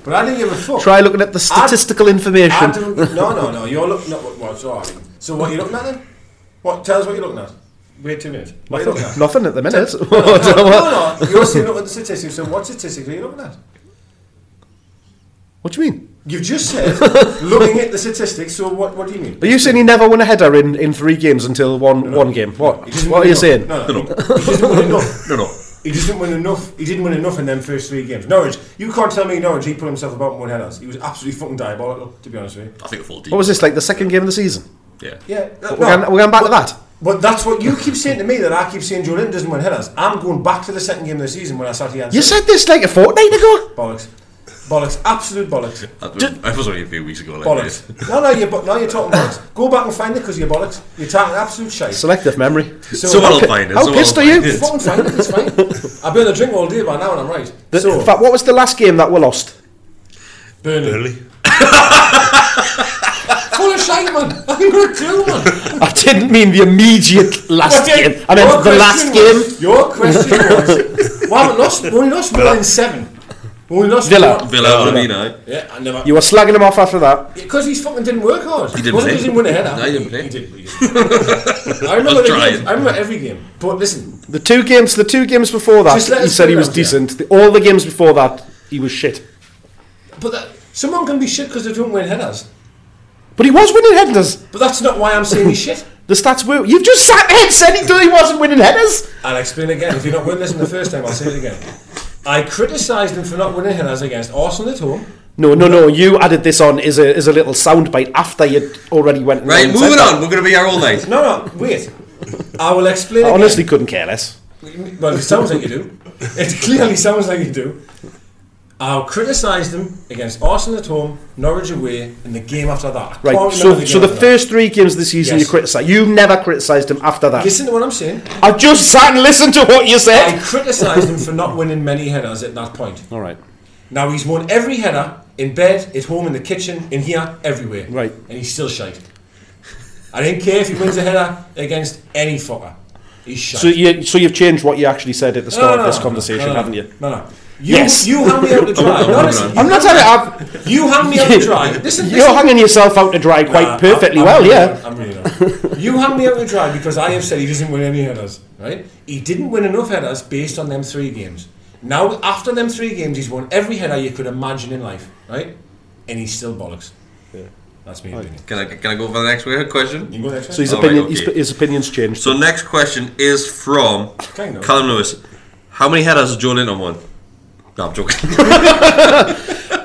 Speaker 5: But I didn't give a fuck.
Speaker 3: Try looking at the statistical information.
Speaker 5: I didn't, no, no, no. You're looking at what, what's all right. So what are you looking at then? What? Tell us what you're looking at. Wait two minutes. What are you looking at?
Speaker 3: Nothing at the minute.
Speaker 5: No, no, no, no. You're saying looking at the statistics. So what statistically are you looking at?
Speaker 3: What do you mean?
Speaker 5: You've just said looking at the statistics. So what? What do you mean?
Speaker 3: Are you saying he never won a header in, in three games until one one game? What
Speaker 5: He didn't
Speaker 3: what are
Speaker 5: win
Speaker 3: you
Speaker 5: enough.
Speaker 3: saying?
Speaker 5: No, no, He, he didn't win enough.
Speaker 2: No, no.
Speaker 5: He just didn't win enough. He didn't win enough in them first three games. Norwich, you can't tell me Norwich. He put himself about in one headers. He was absolutely fucking diabolical, to be honest with you.
Speaker 2: I think it fall deep.
Speaker 3: What was this like the second game of the season?
Speaker 2: Yeah.
Speaker 5: Yeah,
Speaker 3: We're, going, we're going back to that.
Speaker 5: But that's what you keep saying to me that I keep saying Joe Linton doesn't win headers. I'm going back to the second game of the season when I sat here. And
Speaker 3: You said this like a fortnight ago.
Speaker 5: bollocks, bollocks, absolute bollocks,
Speaker 2: That was, that was only a few weeks ago. Like this.
Speaker 5: bollocks. no, no, you're bo- no, you're talking bollocks. Go back and find it because you're bollocks. You're talking absolute shite.
Speaker 3: Selective memory.
Speaker 2: So I'll find it.
Speaker 3: How
Speaker 2: so
Speaker 3: pissed
Speaker 2: I'll
Speaker 3: are you?
Speaker 2: find it.
Speaker 5: Fucking fine, it's fine. I've been on a drink all day by now and I'm right.
Speaker 3: The-
Speaker 5: so,
Speaker 3: in fact, what was the last game that we lost?
Speaker 5: Burnley.
Speaker 6: Burnley.
Speaker 5: Full of shite, man. I'm going to do, man.
Speaker 3: I didn't mean the immediate last
Speaker 5: What did-
Speaker 3: game. I meant
Speaker 5: your
Speaker 3: the
Speaker 5: question
Speaker 3: last
Speaker 5: was-
Speaker 3: game.
Speaker 5: Your question was, we haven't lost, we only lost more than seven. We only lost
Speaker 3: Villa.
Speaker 5: More,
Speaker 2: Villa would have been out.
Speaker 5: yeah, I never.
Speaker 3: You were slagging him off after that.
Speaker 5: Because he's fucking didn't work hard. He
Speaker 2: didn't play.
Speaker 5: Wasn't because he didn't win a header.
Speaker 2: No, he didn't play.
Speaker 5: He did. He did. I remember
Speaker 2: I was
Speaker 5: the games.
Speaker 2: trying.
Speaker 5: I remember every game. But listen,
Speaker 3: The two games, the two games before that,
Speaker 5: Just let
Speaker 3: he
Speaker 5: us
Speaker 3: said
Speaker 5: do
Speaker 3: he was
Speaker 5: that, yeah.
Speaker 3: decent. The- all the games before that, he was shit.
Speaker 5: but that, someone can be shit because they don't win headers.
Speaker 3: But he was winning headers.
Speaker 5: But that's not why I'm saying he's shit.
Speaker 3: The stats were. You've just sat here and said he, he wasn't winning headers.
Speaker 5: I'll explain again. If you're not winning this the first time, I'll say it again. I criticised him for not winning headers against Arsenal at home.
Speaker 3: No, no, no. You added this on as a, as a little soundbite after you already went.
Speaker 2: Right,
Speaker 3: and said
Speaker 2: moving
Speaker 3: that.
Speaker 2: on. We're going to be here all night.
Speaker 5: No, no, wait. I will explain.
Speaker 3: I
Speaker 5: again.
Speaker 3: honestly couldn't care less.
Speaker 5: Well, it sounds like you do. It clearly sounds like you do. I'll criticise them against Arsenal at home, Norwich away, and the game after that. I
Speaker 3: Right.
Speaker 5: can't
Speaker 3: So,
Speaker 5: remember
Speaker 3: so
Speaker 5: game
Speaker 3: the
Speaker 5: after that.
Speaker 3: first three games of the season,
Speaker 5: Yes.
Speaker 3: you criticised. You never criticised him after that.
Speaker 5: Listen to what I'm saying.
Speaker 3: I just sat and listened to what you
Speaker 5: I
Speaker 3: said.
Speaker 5: criticised him for not winning many headers at that point.
Speaker 3: All right.
Speaker 5: Now he's won every header in bed, at home, in the kitchen, in here, everywhere.
Speaker 3: Right.
Speaker 5: And he's still shite. I didn't care if he wins a header against any fucker. He's shite.
Speaker 3: So you so you've changed what you actually said at the
Speaker 5: No,
Speaker 3: start
Speaker 5: no,
Speaker 3: of this
Speaker 5: no,
Speaker 3: conversation,
Speaker 5: no, no,
Speaker 3: haven't you?
Speaker 5: No, no. You,
Speaker 3: Yes.
Speaker 5: You hang me out to dry. No, listen,
Speaker 3: I'm not telling you. I've,
Speaker 5: You hang me out to dry. Listen,
Speaker 3: You're
Speaker 5: listen.
Speaker 3: hanging yourself out to dry quite
Speaker 5: Nah, I'm-
Speaker 3: perfectly
Speaker 5: I'm
Speaker 3: well,
Speaker 5: really
Speaker 3: yeah.
Speaker 5: not- I'm really not. You hang me out to dry because I have said he doesn't win any headers, right? He didn't win enough headers based on them three games. Now, after them three games, he's won every header you could imagine in life, right? And he's still bollocks. That's me opinion.
Speaker 2: Can I, can I go for the next weird question?
Speaker 5: You can go next.
Speaker 3: So his
Speaker 2: All right,
Speaker 3: opinion,
Speaker 2: okay.
Speaker 3: his, his opinion's changed.
Speaker 2: So next question is from
Speaker 5: Kind of.
Speaker 2: Callum Lewis. How many headers has Joe Linton won? No, I'm joking.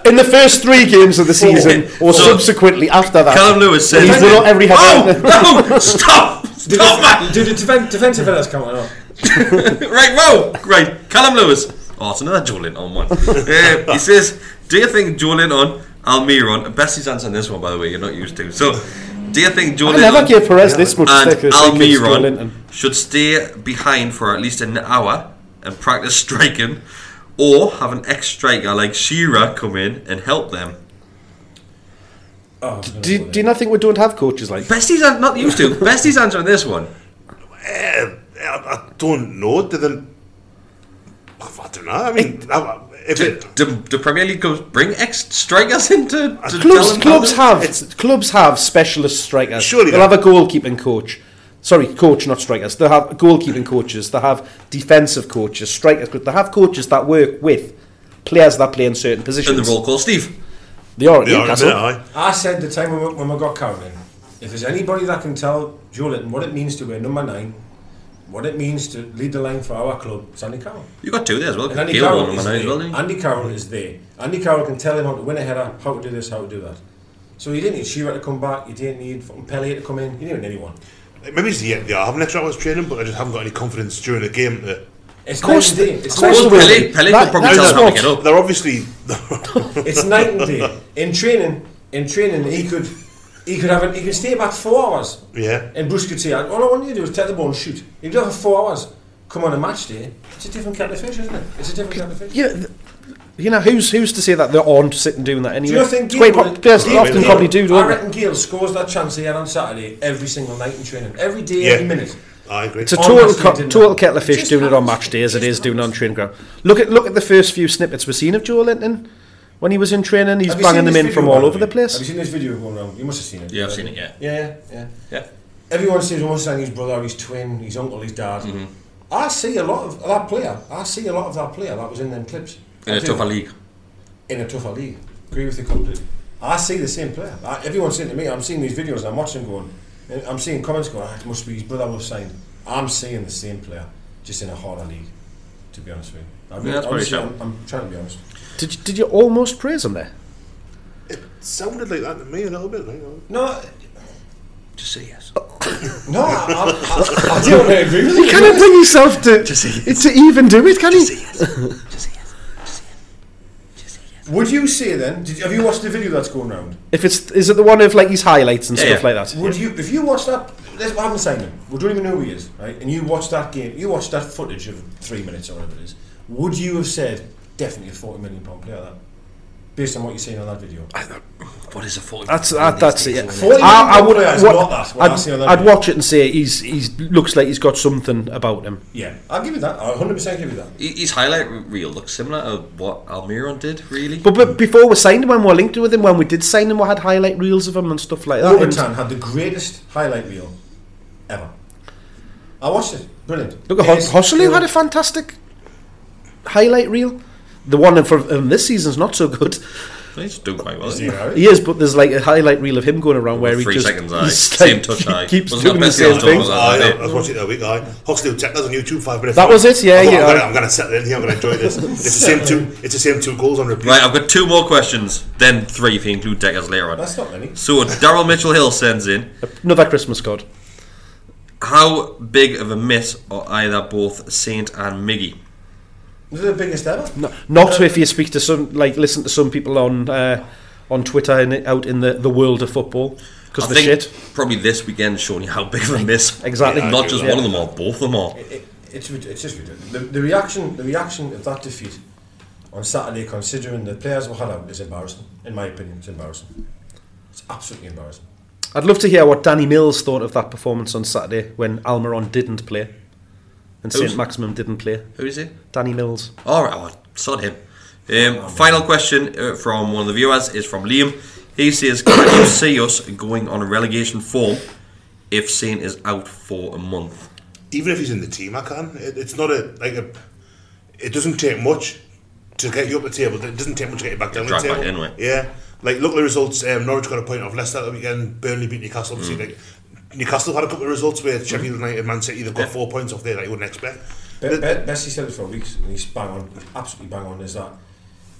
Speaker 3: in the first three games of the season, or
Speaker 2: So-
Speaker 3: subsequently after that,
Speaker 2: Callum Lewis says.
Speaker 3: he's won every header.
Speaker 2: Oh no! Stop! Stop, man!
Speaker 5: Do the defen- defensive headers count or not?
Speaker 2: Right, whoa! Right, Callum Lewis. Oh, it's another Joe Linton one. Uh, he says, Do you think Joe Linton, Almiron, Bessie's answering this one, by the way, you're not used to. So, do you think Joe
Speaker 3: I
Speaker 2: Linton
Speaker 3: never gave Perez this much
Speaker 2: and
Speaker 3: stick as I gave Joe
Speaker 2: Almiron
Speaker 3: Linton.
Speaker 2: should stay behind for at least an hour and practice striking, or have an ex striker like Shearer come in and help them?
Speaker 5: Oh,
Speaker 3: Do, do you not think we don't have coaches like
Speaker 2: Bestie's an- not used to. Bestie's answering this one.
Speaker 6: I, I don't know. Did they? I don't know. I mean, I, if it,
Speaker 2: Do, do Premier League clubs bring ex strikers in to, to tell
Speaker 3: Uh, Clubs,
Speaker 2: them
Speaker 3: clubs
Speaker 2: how
Speaker 3: have clubs have specialist strikers.
Speaker 2: Surely
Speaker 3: they'll
Speaker 2: they-
Speaker 3: have a goalkeeping coach. Sorry, coach, not strikers. They have goalkeeping coaches. They have defensive coaches, strikers. They have coaches that work with players that play in certain
Speaker 2: to- And
Speaker 3: positions.
Speaker 2: the roll call Steve.
Speaker 3: They are at Newcastle.
Speaker 5: I said the time when we, when we got Cowden, if there's anybody that can tell Joe Linton what it means to wear number nine, what it means to lead the line for our club, it's Andy Carroll.
Speaker 2: You got two there as well.
Speaker 5: And Andy
Speaker 2: Gail won on
Speaker 5: Carroll, is
Speaker 2: Monday as
Speaker 5: there.
Speaker 2: well, didn't he?
Speaker 5: Andy Carroll is there. Andy Carroll can tell him how to win a header, how to do this, how to do that. So you didn't need Shearer to come back, you didn't need fucking Pelé to come in, you didn't need anyone.
Speaker 6: maybe it's the, yeah, I have an extra hour's training, but I just haven't got any confidence during the game. To,
Speaker 5: It's course night and they- day. It's
Speaker 6: Of
Speaker 5: of course
Speaker 6: course,
Speaker 5: night and they day. will. Pelé- Pelé That- could probably that's tell them how to not- get up.
Speaker 6: They're obviously
Speaker 5: It's night and day. In training, in training, he could, he could have, an, he could stay back four hours.
Speaker 6: Yeah.
Speaker 5: And Bruce could say, all I want you to do is take the ball and shoot. You do that for four hours. Come on a match day. It's a different kind of fish, isn't it? It's a different kind of fish.
Speaker 3: Yeah, th- you know who's who's to say that they aren't sitting doing that
Speaker 5: Do
Speaker 3: anyway?
Speaker 5: you think
Speaker 3: It's quite
Speaker 5: Gale
Speaker 3: pro-
Speaker 5: would-
Speaker 3: players
Speaker 5: Gale-
Speaker 3: often
Speaker 5: Gale-
Speaker 3: probably do,
Speaker 5: I
Speaker 3: don't they?
Speaker 5: reckon Gale scores that chance he had on Saturday every single night in training, every day, every minute.
Speaker 6: I agree.
Speaker 3: It's a total, co- total kettle of fish doing it on match day as it is doing it on training ground. Look at look at the first few snippets we've seen of Joe Linton when he was in training. He's
Speaker 5: Have you
Speaker 3: banging
Speaker 5: seen
Speaker 3: them
Speaker 5: this
Speaker 3: in
Speaker 5: video,
Speaker 3: from
Speaker 5: by
Speaker 3: all
Speaker 5: the
Speaker 3: over
Speaker 5: way?
Speaker 3: the place.
Speaker 5: Have you seen this video going around? You must have seen it.
Speaker 2: Yeah, I've seen it, yeah.
Speaker 5: Yeah, yeah,
Speaker 2: yeah.
Speaker 5: Everyone sees him understand his brother, his twin, his uncle, his dad.
Speaker 2: Mm-hmm.
Speaker 5: I see a lot of that player. I see a lot of that player that was in them clips.
Speaker 2: In
Speaker 5: I
Speaker 2: a
Speaker 5: do.
Speaker 2: tougher league.
Speaker 5: In a tougher league. Agree with you completely. I see the same player. I, everyone's saying to me, I'm seeing these videos and I'm watching going, and I'm seeing comments going, ah, it must be his brother was signed. I'm seeing the same player, just in a harder league, to be honest with you. I
Speaker 3: Yeah, that's
Speaker 5: honestly,
Speaker 3: pretty
Speaker 5: I'm, I'm trying to be honest.
Speaker 3: Did you, did you almost praise him there?
Speaker 6: sounded like that to me a little bit. Like, oh.
Speaker 5: No,
Speaker 2: just say yes.
Speaker 5: No, I, I, I, I don't agree with you.
Speaker 3: You cannot bring yourself to to even do it, can you?
Speaker 5: Would you say then? Did, have you watched the video that's going around?
Speaker 3: If it's is it the one of like his highlights and stuff like that?
Speaker 5: Would you, if you watch that, let's, I haven't signed him. We don't even know who he is, right? And you watch that game, you watch that footage of three minutes or whatever it is. Would you have said definitely a forty million pound player that, based on what you're seeing on that video?
Speaker 2: What is a forty?
Speaker 3: That's that, that's it.
Speaker 5: Forty million
Speaker 3: I, I
Speaker 5: pound
Speaker 3: would
Speaker 5: player is
Speaker 3: wa-
Speaker 5: not that. What I see
Speaker 3: I'd,
Speaker 5: on that
Speaker 3: I'd
Speaker 5: video.
Speaker 3: watch it and say he's he's looks like he's got something about him.
Speaker 5: Yeah, I'll give you that. I'll hundred percent give you that.
Speaker 2: He- His highlight reel looks similar to what Almiron did, really.
Speaker 3: But, but before we signed him, when we were linked with him, when we did sign him, we had highlight reels of him and stuff like that. And-
Speaker 5: Louboutin had the greatest highlight reel ever. I watched it. Brilliant.
Speaker 3: Look at
Speaker 5: It is
Speaker 3: Hos- Hosselu
Speaker 5: brilliant.
Speaker 3: had a fantastic highlight reel. The one in front of him this season's not so good.
Speaker 2: He's doing quite well. isn't
Speaker 5: he?
Speaker 3: He is, but there's like a highlight reel of him going around where he
Speaker 2: Three
Speaker 3: just
Speaker 2: seconds, aye.
Speaker 3: he's,
Speaker 2: Same
Speaker 3: like,
Speaker 2: touch,
Speaker 3: he
Speaker 2: aye.
Speaker 3: keeps
Speaker 2: Wasn't that
Speaker 3: doing the
Speaker 2: best
Speaker 3: same
Speaker 2: goal
Speaker 3: thing.
Speaker 2: was
Speaker 6: I,
Speaker 2: that,
Speaker 6: I was watching it the week. I Hoxley checked that on YouTube five minutes.
Speaker 3: That
Speaker 6: ago.
Speaker 3: was it, yeah,
Speaker 6: I thought,
Speaker 3: yeah.
Speaker 6: I'm gonna- I'm going to settle in here. I'm going to enjoy this. It's the same two. It's the same two goals on repeat.
Speaker 2: Right, I've got two more questions, then three if you include Deckers later on.
Speaker 6: That's not many.
Speaker 2: So Daryl Mitchell Hill sends in
Speaker 3: Another Christmas card.
Speaker 2: How big of a miss are either both Saint and Miggy?
Speaker 5: Was it the biggest ever? No.
Speaker 3: Not if you speak to some, like listen to some people on uh, on Twitter and out in the, the world of football because
Speaker 2: I
Speaker 3: the
Speaker 2: think
Speaker 3: shit.
Speaker 2: Probably this weekend showing you how big of a miss.
Speaker 3: Exactly. Yeah, I
Speaker 2: Not
Speaker 3: do,
Speaker 2: just
Speaker 3: yeah.
Speaker 2: one of them or both of them are.
Speaker 5: It, it, it's, rid- it's just ridiculous. The, the reaction, the reaction of that defeat on Saturday, considering the players were had out, is embarrassing. In my opinion, it's embarrassing. It's absolutely embarrassing.
Speaker 3: I'd love to hear what Danny Mills thought of that performance on Saturday when Almiron didn't play and
Speaker 2: Who's-
Speaker 3: St Maximum didn't play.
Speaker 2: Who is it?
Speaker 3: Danny Mills.
Speaker 2: All right, well, sod him. Um, final question uh, from one of the viewers is from Liam. He says, "Can you see us going on a relegation form if Saint is out for a month?"
Speaker 6: Even if he's in the team, I can. It, it's not a like a. It doesn't take much to get you up the table. It doesn't take much to get you back down the
Speaker 2: Drag
Speaker 6: table.
Speaker 2: back in, right?
Speaker 6: Yeah, like look at the results. Um, Norwich got a point off Leicester at the weekend. Burnley beat Newcastle. Obviously,
Speaker 2: Mm.
Speaker 6: like Newcastle had a couple of results where Sheffield United, and Man City, they've got four points off there that you wouldn't expect.
Speaker 5: Be, be, Bessie said it for weeks, and he's bang on, he's absolutely bang on. Is that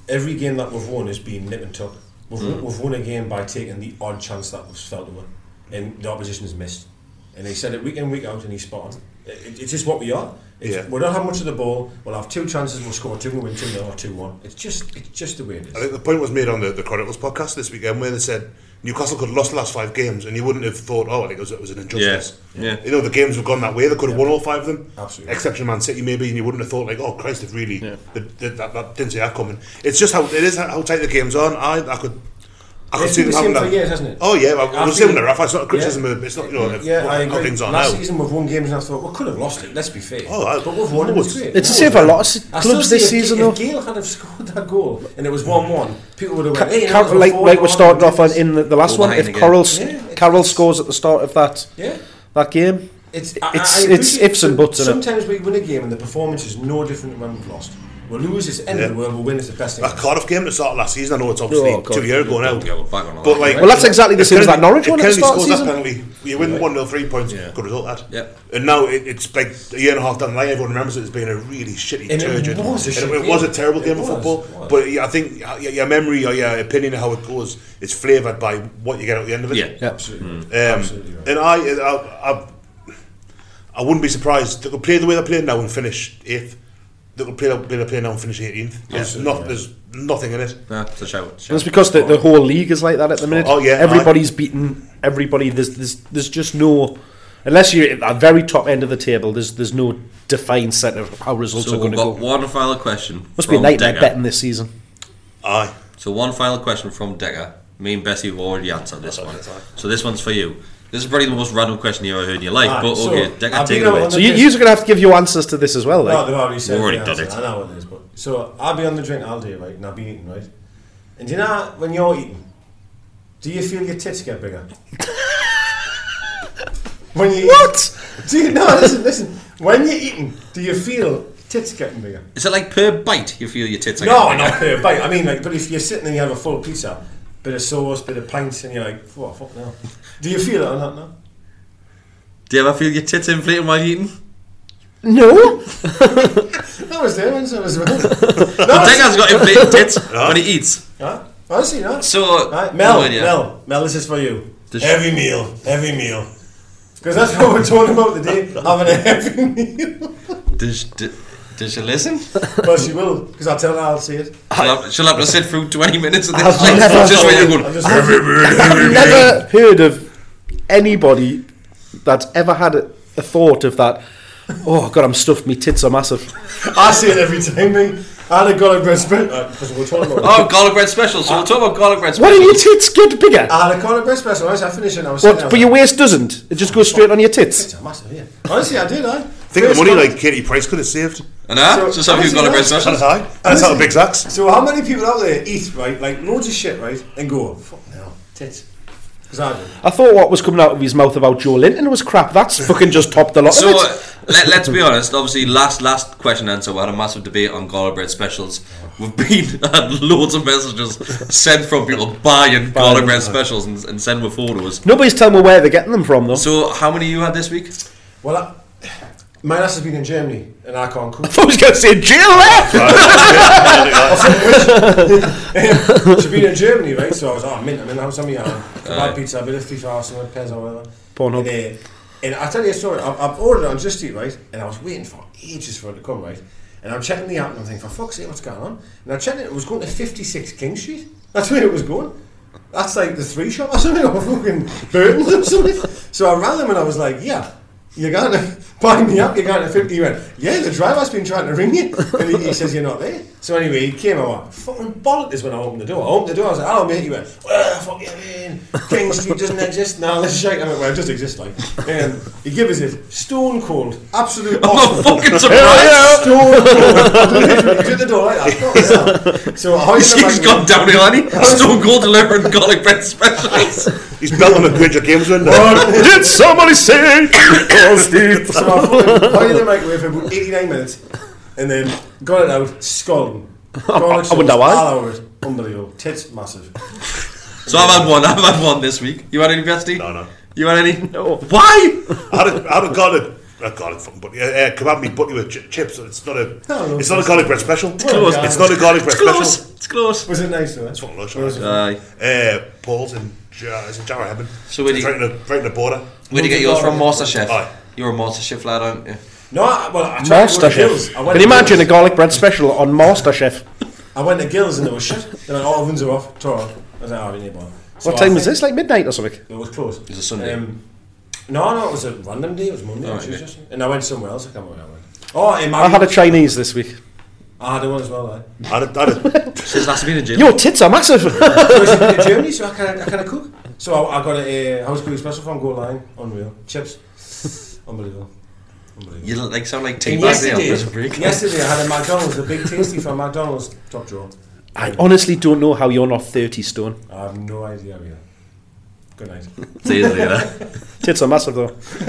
Speaker 5: every game that we've won is being nip and tuck. We've, won-
Speaker 2: Mm.
Speaker 5: we've won a game by taking the odd chance that was felt to win, and the opposition has missed. And he said it week in, week out, and he's spot on. It, it's just what we are. It's,
Speaker 6: Yeah.
Speaker 5: We don't have much of the ball. We'll have two chances. We'll score two. We'll win two 0 or two one. It's just it's just the way it is.
Speaker 6: I think the point was made on the, the Chronicles podcast this weekend where they said Newcastle could have lost the last five games and you wouldn't have thought, oh, I think it was, it was an injustice.
Speaker 2: Yeah. Yeah.
Speaker 6: You know, the games have gone that way. They could have won all five of them.
Speaker 5: Absolutely.
Speaker 6: Except for Man City, maybe, and you wouldn't have thought, like, oh, Christ, if really, the, the, that, that didn't see that coming. It's just how, it is how tight the games are. and I, I could. I could
Speaker 5: It's
Speaker 6: see
Speaker 5: been
Speaker 6: them
Speaker 5: the
Speaker 6: having
Speaker 5: same for
Speaker 6: that.
Speaker 5: years, hasn't it?
Speaker 6: Oh yeah, I, I was
Speaker 5: feel-
Speaker 6: saying that, Rafa. It's not a criticism.
Speaker 5: Yeah.
Speaker 6: of It's not you know. of
Speaker 5: Yeah,
Speaker 6: what-
Speaker 5: I
Speaker 6: how
Speaker 5: agree.
Speaker 6: things are
Speaker 5: Last
Speaker 6: now.
Speaker 5: season we've won games and I thought, well, could have lost it, let's be fair.
Speaker 6: Oh, I-
Speaker 5: but we've won it, it's
Speaker 6: it's-
Speaker 5: great.
Speaker 3: It's the same for a lot of s-
Speaker 5: I
Speaker 3: clubs
Speaker 5: still
Speaker 3: this
Speaker 5: see if-
Speaker 3: season,
Speaker 5: if
Speaker 3: though.
Speaker 5: Gale had have scored that goal and it was 1-1, people would have went, hey,
Speaker 3: Car-
Speaker 5: that was a
Speaker 3: like
Speaker 5: four
Speaker 3: like we
Speaker 5: goal
Speaker 3: started off
Speaker 5: advantage."
Speaker 3: on in the, the last
Speaker 2: Go
Speaker 3: one.
Speaker 2: behind
Speaker 3: If
Speaker 2: again.
Speaker 3: Carroll s-
Speaker 5: Yeah, it's-
Speaker 3: Carroll scores at the start of that
Speaker 5: Yeah.
Speaker 3: that game,
Speaker 5: It's, I- I-
Speaker 3: it's
Speaker 5: I
Speaker 3: it's
Speaker 5: appreciate-
Speaker 3: ifs and buts. innit?
Speaker 5: Sometimes we win a game and the performance is no different than when we've lost. We'll lose, it's the end of the
Speaker 6: Yeah.
Speaker 5: world, we'll win, it's the best thing.
Speaker 6: That Cardiff game at the start of last season, I know it's obviously
Speaker 3: Oh, God.
Speaker 6: two years ago now.
Speaker 2: Yeah, we're back on all
Speaker 6: But
Speaker 2: that.
Speaker 6: like,
Speaker 3: Well, that's exactly the
Speaker 6: if
Speaker 3: same as that
Speaker 6: Kennedy-
Speaker 3: Norwich one at the
Speaker 6: If Kennedy
Speaker 3: start of
Speaker 6: scores
Speaker 3: the
Speaker 6: that penalty, you win one 0 three points. Good result, that.
Speaker 2: Yeah.
Speaker 6: And now it, it's like a year and a half down the line, everyone remembers it as being a really shitty
Speaker 5: And it
Speaker 6: turgid.
Speaker 5: was a
Speaker 6: and
Speaker 5: shit
Speaker 6: it, it was a
Speaker 5: game.
Speaker 6: terrible
Speaker 5: It
Speaker 6: game
Speaker 5: was,
Speaker 6: of football.
Speaker 5: it was.
Speaker 6: But yeah, I think your, your memory or your opinion of how it goes is flavoured by what you get at the end of it.
Speaker 2: Yeah. Yeah.
Speaker 5: Absolutely.
Speaker 3: Mm.
Speaker 6: Um,
Speaker 5: Absolutely right.
Speaker 6: And I, I, I, I wouldn't be surprised. They could play the way they play now and finish eighth. They could play the way they play now and finish 18th. There's, not, there's nothing in it.
Speaker 2: Nah, it's a shout.
Speaker 3: And it's because the, the whole league is like that at the minute.
Speaker 6: Oh, yeah,
Speaker 3: everybody's beaten everybody. There's there's there's just no unless you're at the very top end of the table. There's there's no defined set of how results are
Speaker 2: So
Speaker 3: going
Speaker 2: we've
Speaker 3: to
Speaker 2: got
Speaker 3: go.
Speaker 2: one final question.
Speaker 3: Must be a
Speaker 2: from
Speaker 3: nightmare
Speaker 2: Decker.
Speaker 3: betting this season.
Speaker 6: Aye.
Speaker 2: So one final question from Decker. Me and Bessie have already answered this one. So this one's for you. This is probably the most random question you ever heard in your life,
Speaker 5: Right,
Speaker 2: but
Speaker 5: so
Speaker 2: okay, Decker,
Speaker 5: I've
Speaker 2: take
Speaker 5: been
Speaker 2: it
Speaker 5: out
Speaker 2: away.
Speaker 5: on
Speaker 3: So
Speaker 5: the
Speaker 3: you,
Speaker 5: piss-
Speaker 3: you're going to have to give your answers to this as well.
Speaker 5: No,
Speaker 3: Like.
Speaker 5: they've already said
Speaker 2: We've already
Speaker 5: the
Speaker 2: done
Speaker 5: answer.
Speaker 2: it.
Speaker 5: I know it is, but so I'll be on the drink all day, right, and I'll be eating, right. And do you know when you're eating, do you feel your tits get bigger? when you
Speaker 3: What?
Speaker 5: Do you no? Listen, listen. When you're eating, do you feel tits getting bigger?
Speaker 2: Is it like per bite you feel your tits are
Speaker 5: No,
Speaker 2: getting
Speaker 5: not
Speaker 2: bigger?
Speaker 5: per bite. I mean, like, but if you're sitting and you have a full pizza, bit of sauce, bit of pints, and you're like, what, fuck now? Do you feel it or not? No.
Speaker 2: Do you ever feel your tits inflating while eating?
Speaker 3: No,
Speaker 5: That was there when so was well.
Speaker 2: But Decker's got inflated tits when he eats.
Speaker 5: Huh? Honestly, no.
Speaker 2: So
Speaker 5: Right, Mel,
Speaker 2: no idea.
Speaker 5: Mel, Mel, this is for you.
Speaker 2: Does she-
Speaker 5: every meal, every meal. Because that's what we're talking about today, having a heavy meal.
Speaker 2: Does, do- does she listen?
Speaker 5: well, she will, because I tell her I'll see it.
Speaker 2: She'll have, she'll have to sit through 20 minutes of this.
Speaker 3: I've
Speaker 2: like,
Speaker 3: never-
Speaker 2: just where you're
Speaker 5: I'm
Speaker 2: going.
Speaker 5: just
Speaker 3: I've never heard of anybody that's ever had a, a thought of that. Oh God, I'm stuffed. My tits are massive.
Speaker 5: I see it every time, me. I had a garlic bread spread. Because we're talking about
Speaker 2: Oh, garlic bread special. So we'll talk about garlic bread
Speaker 3: Why
Speaker 2: special.
Speaker 3: do your tits get bigger?
Speaker 5: I had a garlic bread special, right? So I finished it and I was sitting there, I
Speaker 3: What, but
Speaker 5: was like,
Speaker 3: your waist doesn't. It just goes straight on your tits.
Speaker 5: It's a massive, yeah. Honestly, I did, I.
Speaker 6: Think of the money like Katie Price could have saved.
Speaker 2: And uh,
Speaker 5: So-
Speaker 2: just have your garlic bread special.
Speaker 6: That's high. That's how the big sacks.
Speaker 5: So how many people out there eat, right, like loads of shit, right, and go, "Oh, fuck now, tits. Because I do.
Speaker 3: I thought what was coming out of his mouth about Joe Linton was crap. That's fucking just topped a lot
Speaker 2: So
Speaker 3: of
Speaker 2: uh,
Speaker 3: it.
Speaker 2: let, let's be honest. Obviously, last last question answer. We had a massive debate on garlic bread specials. We've been had loads of messages sent from people buying garlic bread specials and, and send with photos.
Speaker 3: Nobody's telling me where they're getting them from, though.
Speaker 2: So how many you had this week?
Speaker 5: Well, I, my ass has been in Germany, and I can't cook.
Speaker 3: I was going to say jail eh? left.
Speaker 5: She's been in Germany, right? So I was, oh, mint, I'm in the house, I'm in the house. I had pizza, a bit of FIFA, or something, pez or whatever.
Speaker 3: Pornhub.
Speaker 5: And, uh, and I tell you a story, I, I've ordered it on Just Eat, right? And I was waiting for ages for it to come, right? And I'm checking the app and I'm thinking, for fuck's sake, what's going on? And I'm checking it, it was going to 56 King Street. That's where it was going. That's like the three shop or something, or fucking Burton's or something. So I rang them and I was like, yeah, you're going to buy me up, you're going to 50. He went, yeah, the driver's been trying to ring you. And he, he says, you're not there. So anyway, he came and I went, fucking bollocks when I opened the door. I opened the door, I was like, hello mate. He went, well, fuck you mean? King Street doesn't exist now, let's shake. I went, well, it does exist, like. And he gives us it, stone cold, absolute
Speaker 2: I'm not
Speaker 5: awesome.
Speaker 2: fucking surprised.
Speaker 3: Oh,
Speaker 5: Stone cold. Literally, he did the door like that. Fucking hell. So I
Speaker 2: She's gone downhill, Annie. Stone Cold delivering garlic bread specials.
Speaker 6: He's belting a bridge of games window.
Speaker 8: Did somebody say?
Speaker 5: So I fucking put it in the microwave for about 89 minutes and then got it out, scalding. Garlic
Speaker 3: I wonder
Speaker 5: sauce,
Speaker 3: why.
Speaker 5: all over it. Unbelievable. Tits massive.
Speaker 2: So I've had one. I've had one this week. You had any, Bestie?
Speaker 6: No, no.
Speaker 2: You had any? No. Why?
Speaker 6: I'd have, I'd have got a, a garlic fucking butty. Uh, uh, kebab meat butty with ch- chips. It's not a.
Speaker 5: No, no,
Speaker 6: it's not a
Speaker 5: it's-
Speaker 6: garlic bread special.
Speaker 5: It's close.
Speaker 6: It's not a garlic bread
Speaker 5: It's close.
Speaker 6: special.
Speaker 2: It's close.
Speaker 5: Was it nice though? It's
Speaker 6: fucking lush.
Speaker 5: Was it?
Speaker 6: Aye. Uh, Paul's in. Ja- Is it Jarrah Heaven?
Speaker 2: So where do you-
Speaker 6: right in the right in the border?
Speaker 2: Where'd you get yours from? MasterChef?
Speaker 6: Aye.
Speaker 2: You're a MasterChef lad, aren't you?
Speaker 5: No, I, well, I tried to go
Speaker 3: Master
Speaker 5: to Gill's.
Speaker 3: Chef.
Speaker 5: I went
Speaker 3: Can you
Speaker 5: to
Speaker 3: imagine a
Speaker 5: Gill's.
Speaker 3: garlic bread special on Master Chef?
Speaker 5: I went to Gill's and they were shut. They're like, all ovens are off. Tore off. I was like, oh, we need one. So
Speaker 3: What
Speaker 5: I
Speaker 3: time was
Speaker 5: think-
Speaker 3: this? Like midnight or something?
Speaker 5: It was close. It
Speaker 2: was a Sunday.
Speaker 5: no, no, it was a random day. It was Monday or
Speaker 2: Alright,
Speaker 5: Tuesday. And I went somewhere else. I can't remember where I went. Oh, in my
Speaker 3: I had a Chinese this week.
Speaker 5: I had one as well. eh? Like.
Speaker 6: I had a, I had a,
Speaker 2: Since last been in jail.
Speaker 3: Your tits are massive.
Speaker 5: I was in Germany, so I kind of I kind of cook. So I, I got a uh, house cooking special from Go Line. Unreal chips, unbelievable.
Speaker 2: You look like sound like
Speaker 5: And
Speaker 2: Team
Speaker 5: yesterday,
Speaker 2: There's a break.
Speaker 5: yesterday I had a McDonald's, a big tasty from McDonald's, top drawer.
Speaker 3: I honestly don't know how you're not 30 stone.
Speaker 5: I have no idea. Yeah. Good night.
Speaker 2: See you later.
Speaker 3: Tits are massive though.
Speaker 9: Sports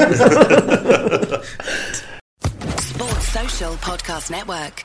Speaker 9: Social Podcast Network.